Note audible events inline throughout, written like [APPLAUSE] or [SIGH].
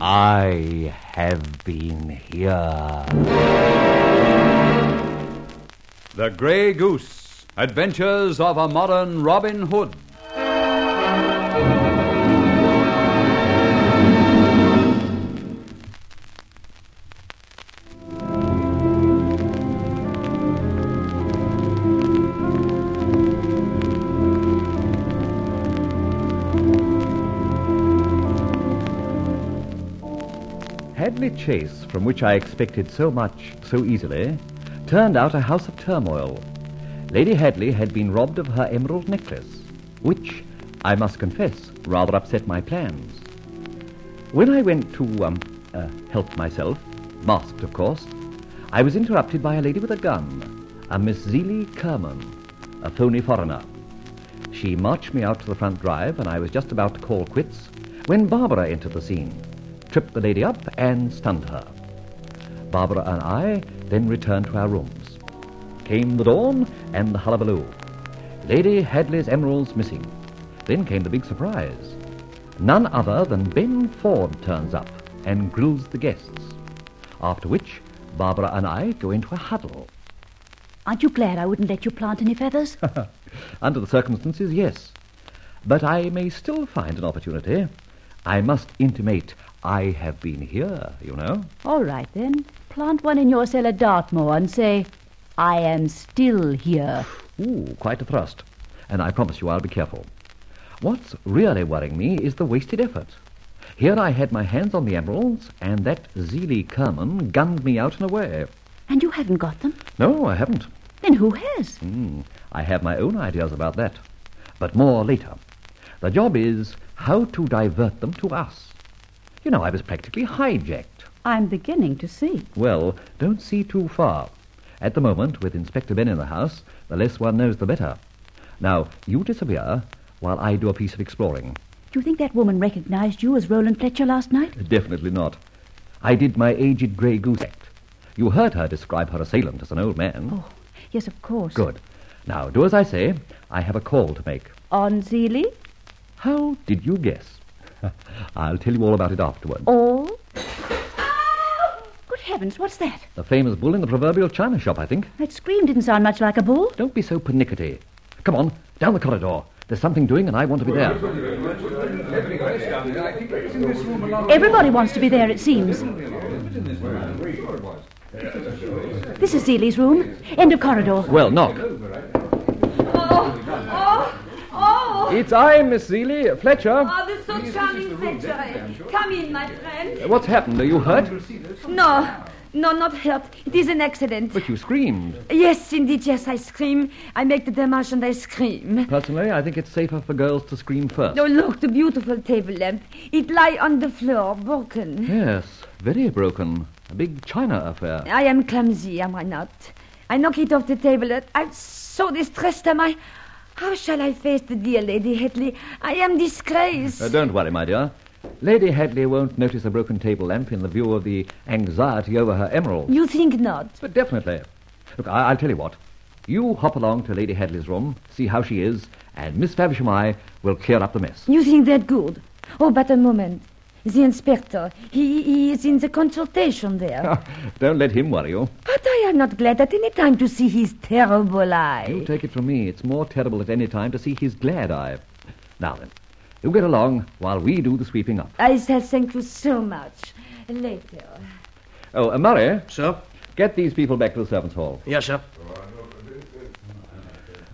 I have been here. The Grey Goose Adventures of a Modern Robin Hood. Hadley Chase, from which I expected so much so easily, turned out a house of turmoil. Lady Hadley had been robbed of her emerald necklace, which, I must confess, rather upset my plans. When I went to um, uh, help myself, masked, of course, I was interrupted by a lady with a gun, a Miss Zelie Kerman, a phony foreigner. She marched me out to the front drive, and I was just about to call quits when Barbara entered the scene, tripped the lady up, and stunned her. Barbara and I then returned to our rooms. Came the dawn and the hullabaloo. Lady Hadley's emeralds missing. Then came the big surprise. None other than Ben Ford turns up and grills the guests. After which, Barbara and I go into a huddle. Aren't you glad I wouldn't let you plant any feathers? Under the circumstances, yes. But I may still find an opportunity. I must intimate I have been here, you know. All right, then. Plant one in your cellar, Dartmoor, and say, I am still here. Ooh, quite a thrust. And I promise you I'll be careful. What's really worrying me is the wasted effort. Here I had my hands on the emeralds, and that Zelie Kerman gunned me out and away. And you haven't got them? No, I haven't. Then who has? I have my own ideas about that. But more later. The job is how to divert them to us. You know, I was practically hijacked. I'm beginning to see. Well, don't see too far. At the moment, with Inspector Ben in the house, the less one knows the better. Now, you disappear while I do a piece of exploring. Do you think that woman recognized you as Roland Fletcher last night? Definitely not. I did my aged grey goose act. You heard her describe her assailant as an old man. Oh, yes, of course. Good. Now, do as I say. I have a call to make. On Zeeley? How did you guess? [LAUGHS] I'll tell you all about it afterward. All? Good heavens, what's that? The famous bull in the proverbial china shop, I think. That scream didn't sound much like a bull. Don't be so pernickety. Come on, down the corridor. There's something doing, and I want to be there. Everybody wants to be there, it seems. This is Zeeley's room. End of corridor. Well, knock. Oh, oh, It's I, Miss Zeeley. Fletcher. oh, this is so charming Fletcher. eh? Come in, my friend. What's happened? Are you hurt? No, no, not hurt. It is an accident. But you screamed. Yes, indeed, yes, I scream. I make the demarche and I scream. Personally, I think it's safer for girls to scream first. Oh, look, the beautiful table lamp. It lie on the floor, broken. Yes, very broken. A big china affair. I am clumsy, am I not? I knock it off the table. and I'm so distressed, am I? How shall I face the dear Lady Hetley? I am disgraced. Uh, don't worry, my dear. Lady Hadley won't notice a broken table lamp in the view of the anxiety over her emerald. You think not? But definitely. Look, I- I'll tell you what. You hop along to Lady Hadley's room, see how she is, and Miss Faversham I will clear up the mess. [LAUGHS] You think that good? Oh, but a moment. The inspector, he, he is in the consultation there. Don't let him worry you. but I am not glad at any time to see his terrible You eye. take it from me. It's more terrible at any time to see his glad eye. Now then, you get along while we do the sweeping up. I shall thank you so much. Later. Oh, uh, Murray, Sir? get these people back to the servants' hall. Yes, sir.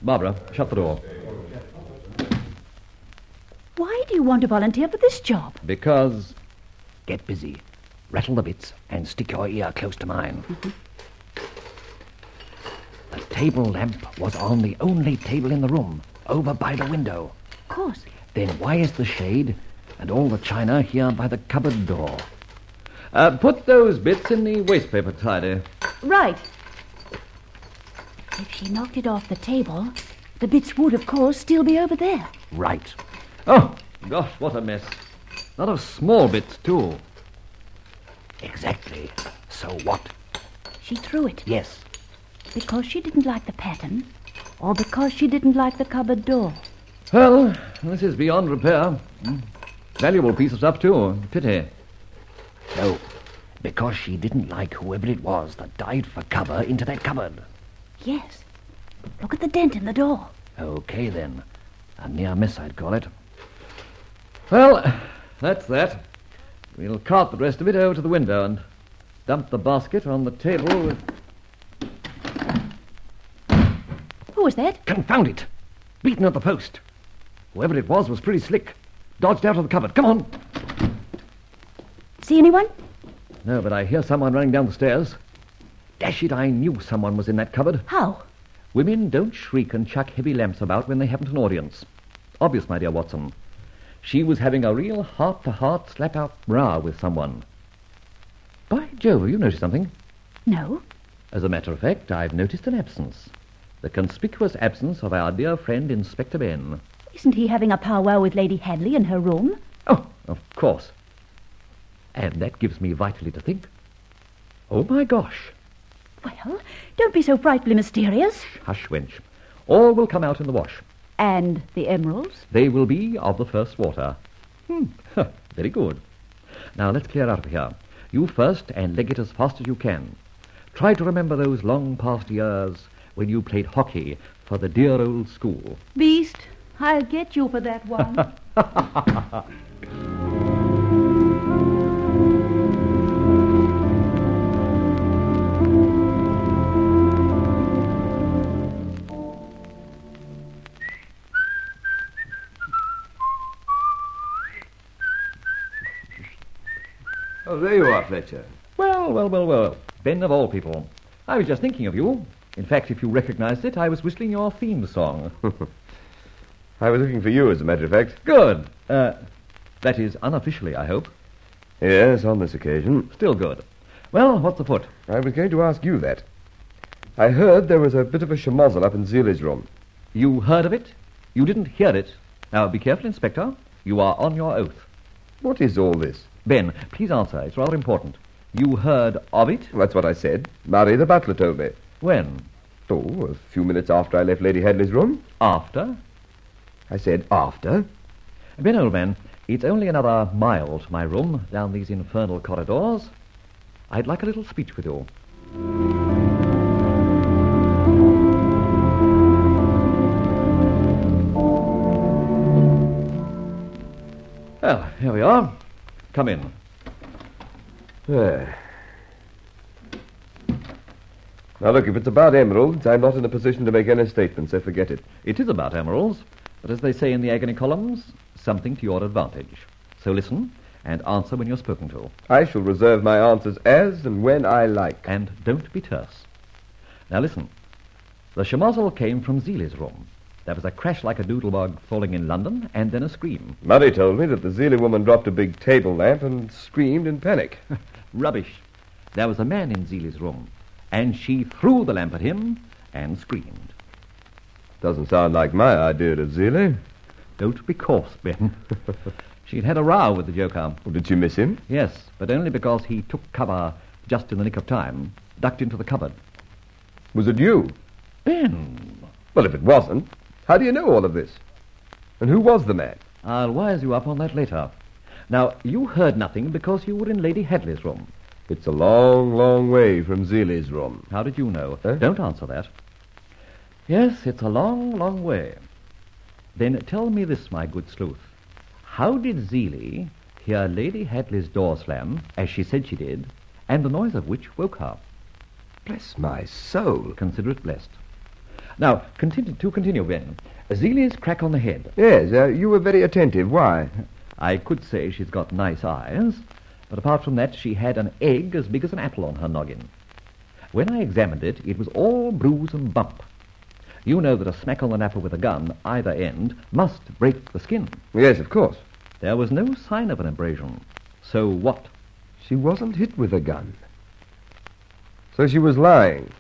Barbara, shut the door. Why do you want to volunteer for this job? Because. Get busy. Rattle the bits and stick your ear close to mine. [LAUGHS] The table lamp was on the only table in the room, over by the window. Of course. Then why is the shade and all the china here by the cupboard door? Uh, put those bits in the waste paper, Tidy. Right. If she knocked it off the table, the bits would, of course, still be over there. Right. Oh, gosh, what a mess. Lot of small bits, too. Exactly. So what? She threw it Yes. because she didn't like the pattern or because she didn't like the cupboard door. Well, this is beyond repair. Mm. Valuable piece of stuff, too. Pity. No, because she didn't like whoever it was that dived for cover into that cupboard. Yes. Look at the dent in the door. Okay, then. A near miss, I'd call it. Well, that's that. We'll cart the rest of it over to the window and dump the basket on the table with. Who was that? Confound it! Beaten at the post. Whoever it was was pretty slick. Dodged out of the cupboard. Come on! See anyone? No, but I hear someone running down the stairs. Dash it, I knew someone was in that cupboard. How? Women don't shriek and chuck heavy lamps about when they haven't an audience. Obvious, my dear Watson. She was having a real heart to heart slap out row with someone. By Jove, have you noticed something? No. As a matter of fact, I've noticed an absence. The conspicuous absence of our dear friend Inspector Ben. Isn't he having a powwow with Lady Hadley in her room? Oh, of course. And that gives me vitally to think. Oh, my gosh. Well, don't be so frightfully mysterious. Hush, wench. All will come out in the wash. And the emeralds? They will be of the first water. Hmm, very good. Now let's clear out of here. You first, and leg it as fast as you can. Try to remember those long past years when you played hockey for the dear old school. Beast, I'll get you for that [LAUGHS] one. Oh, there you are, Fletcher. Well, well, well, well. Ben of all people. I was just thinking of you. In fact, if you recognized it, I was whistling your theme song. [LAUGHS] I was looking for you, as a matter of fact. good. Uh, that is unofficially, I hope. Yes, on this occasion. Still good. Well, what's the foot? I was going to ask you that. I heard there was a bit of a chamozzle up in Zeeley's room. You heard of it? You didn't hear it. Now, be careful, Inspector. You are on your oath. What is all this? Ben, please answer. It's rather important. You heard of it? Well, that's what I said. Murray, the butler, told me. When? Oh, a few minutes after I left Lady Hadley's room. After? I said after. Ben, old man, it's only another mile to my room down these infernal corridors. I'd like a little speech with you. Well, here we are. Come in. There. Now, look, if it's about emeralds, I'm not in a position to make any statement, so forget it. It is about emeralds, but as they say in the agony columns, something to your advantage. So listen and answer when you're spoken to, I shall reserve my answers as and when I like. and don't be terse. Now listen. The chamozzle came from Zeeley's room. There was a crash like a doodlebug falling in London, and then a scream. Murray told me that the Zeeley woman dropped a big table lamp and screamed in panic. Rubbish. There was a man in Zeeley's room, and she threw the lamp at him and screamed. Doesn't sound like my idea of Zeeley. Don't be coarse, Ben. She'd had a row with the joker. Well, did she miss him? Yes, but only because he took cover just in the nick of time, ducked into the cupboard. Was it you? Ben, Well, if it wasn't, how do you know all of this? And who was the man? I'll wise you up on that later. Now, you heard nothing because you were in Lady Hadley's room. It's a long, long way from Zeeley's room. How did you know? Uh, Eh? Don't answer that. Yes, it's a long, long way. Then tell me this, my good sleuth. How did Zeeley hear Lady Hadley's door slam, as she said she did, and the noise of which woke her? Bless my soul. Consider it blessed. Now, continue, to continue, Ben. Zeeley's crack on the head. Yes, uh, you were very attentive. Why? I could say she's got nice eyes, but apart from that, she had an egg as big as an apple on her noggin. When I examined it, it was all bruise and bump. You know that a smack on the napper with a gun, either end, must break the skin. Yes, of course. There was no sign of an abrasion. So what? She wasn't hit with a gun. So she was lying.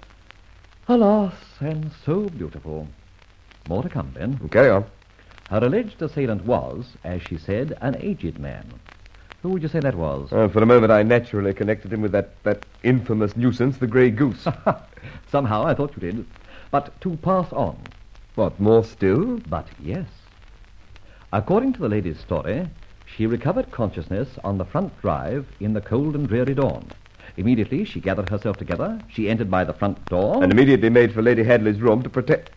Alas, and so beautiful. More to come, then. Carry on. Her alleged assailant was, as she said, an aged man. Who would you say that was? Uh, for a moment, I naturally connected him with that, that infamous nuisance, the Grey Goose. Somehow I thought you did. But to pass on. what, more still? But yes. According to the lady's story, she recovered consciousness on the front drive in the cold and dreary dawn. Immediately she gathered herself together. She entered by the front door. And immediately made for Lady Hadley's room to protect.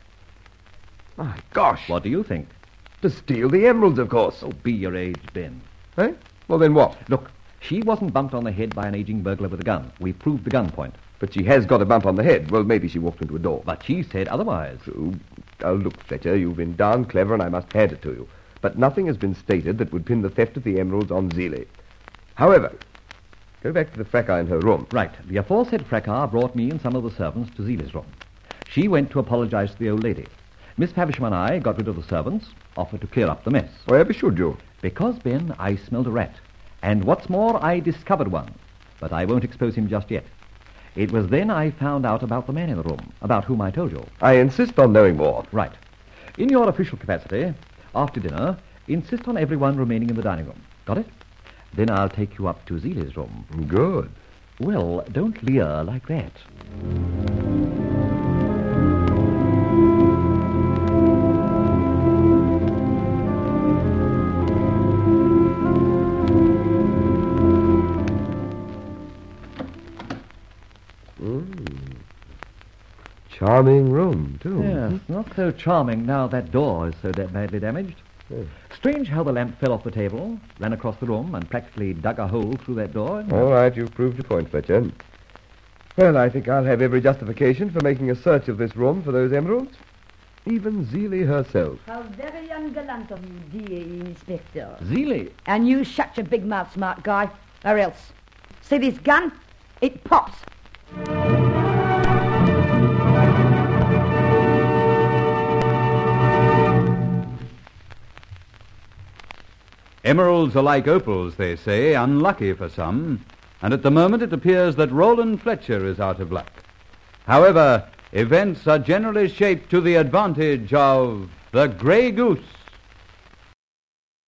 My gosh! what do you think? To steal the emeralds, of course. Oh, be your age, Ben. Eh? Well, then what? Look, she wasn't bumped on the head by an aging burglar with a gun. We've proved the gun point. But she has got a bump on the head. Well, maybe she walked into a door. But she said otherwise. True. Now, look, Fletcher, you've been darn clever, and I must hand it to you. But nothing has been stated that would pin the theft of the emeralds on Zeeley. However, go back to the fracas in her room. Right. The aforesaid fracas brought me and some of the servants to Zeeley's room. She went to apologize to the old lady. Miss Havisham and I got rid of the servants, offered to clear up the mess. Why ever should you? Because, Ben, I smelled a rat. And what's more, I discovered one. But I won't expose him just yet. It was then I found out about the man in the room, about whom I told you. I insist on knowing more. Right. In your official capacity, after dinner, insist on everyone remaining in the dining room. Got it? Then I'll take you up to Zeeley's room. Good. Well, don't leer like that. Charming room, too. Yes, not so charming now that door is so da- badly damaged. Strange how the lamp fell off the table, ran across the room, and practically dug a hole through that door. All right, you've proved your point, Fletcher. Well, I think I'll have every justification for making a search of this room for those emeralds. Even Zeeley herself. How very ungallant of you, dear Inspector. Zeeley! And you shut your big mouth, smart guy, or else. See this gun? It pops. Emeralds are like opals, they say, unlucky for some, and at the moment it appears that Roland Fletcher is out of luck. However, events are generally shaped to the advantage of the Grey Goose.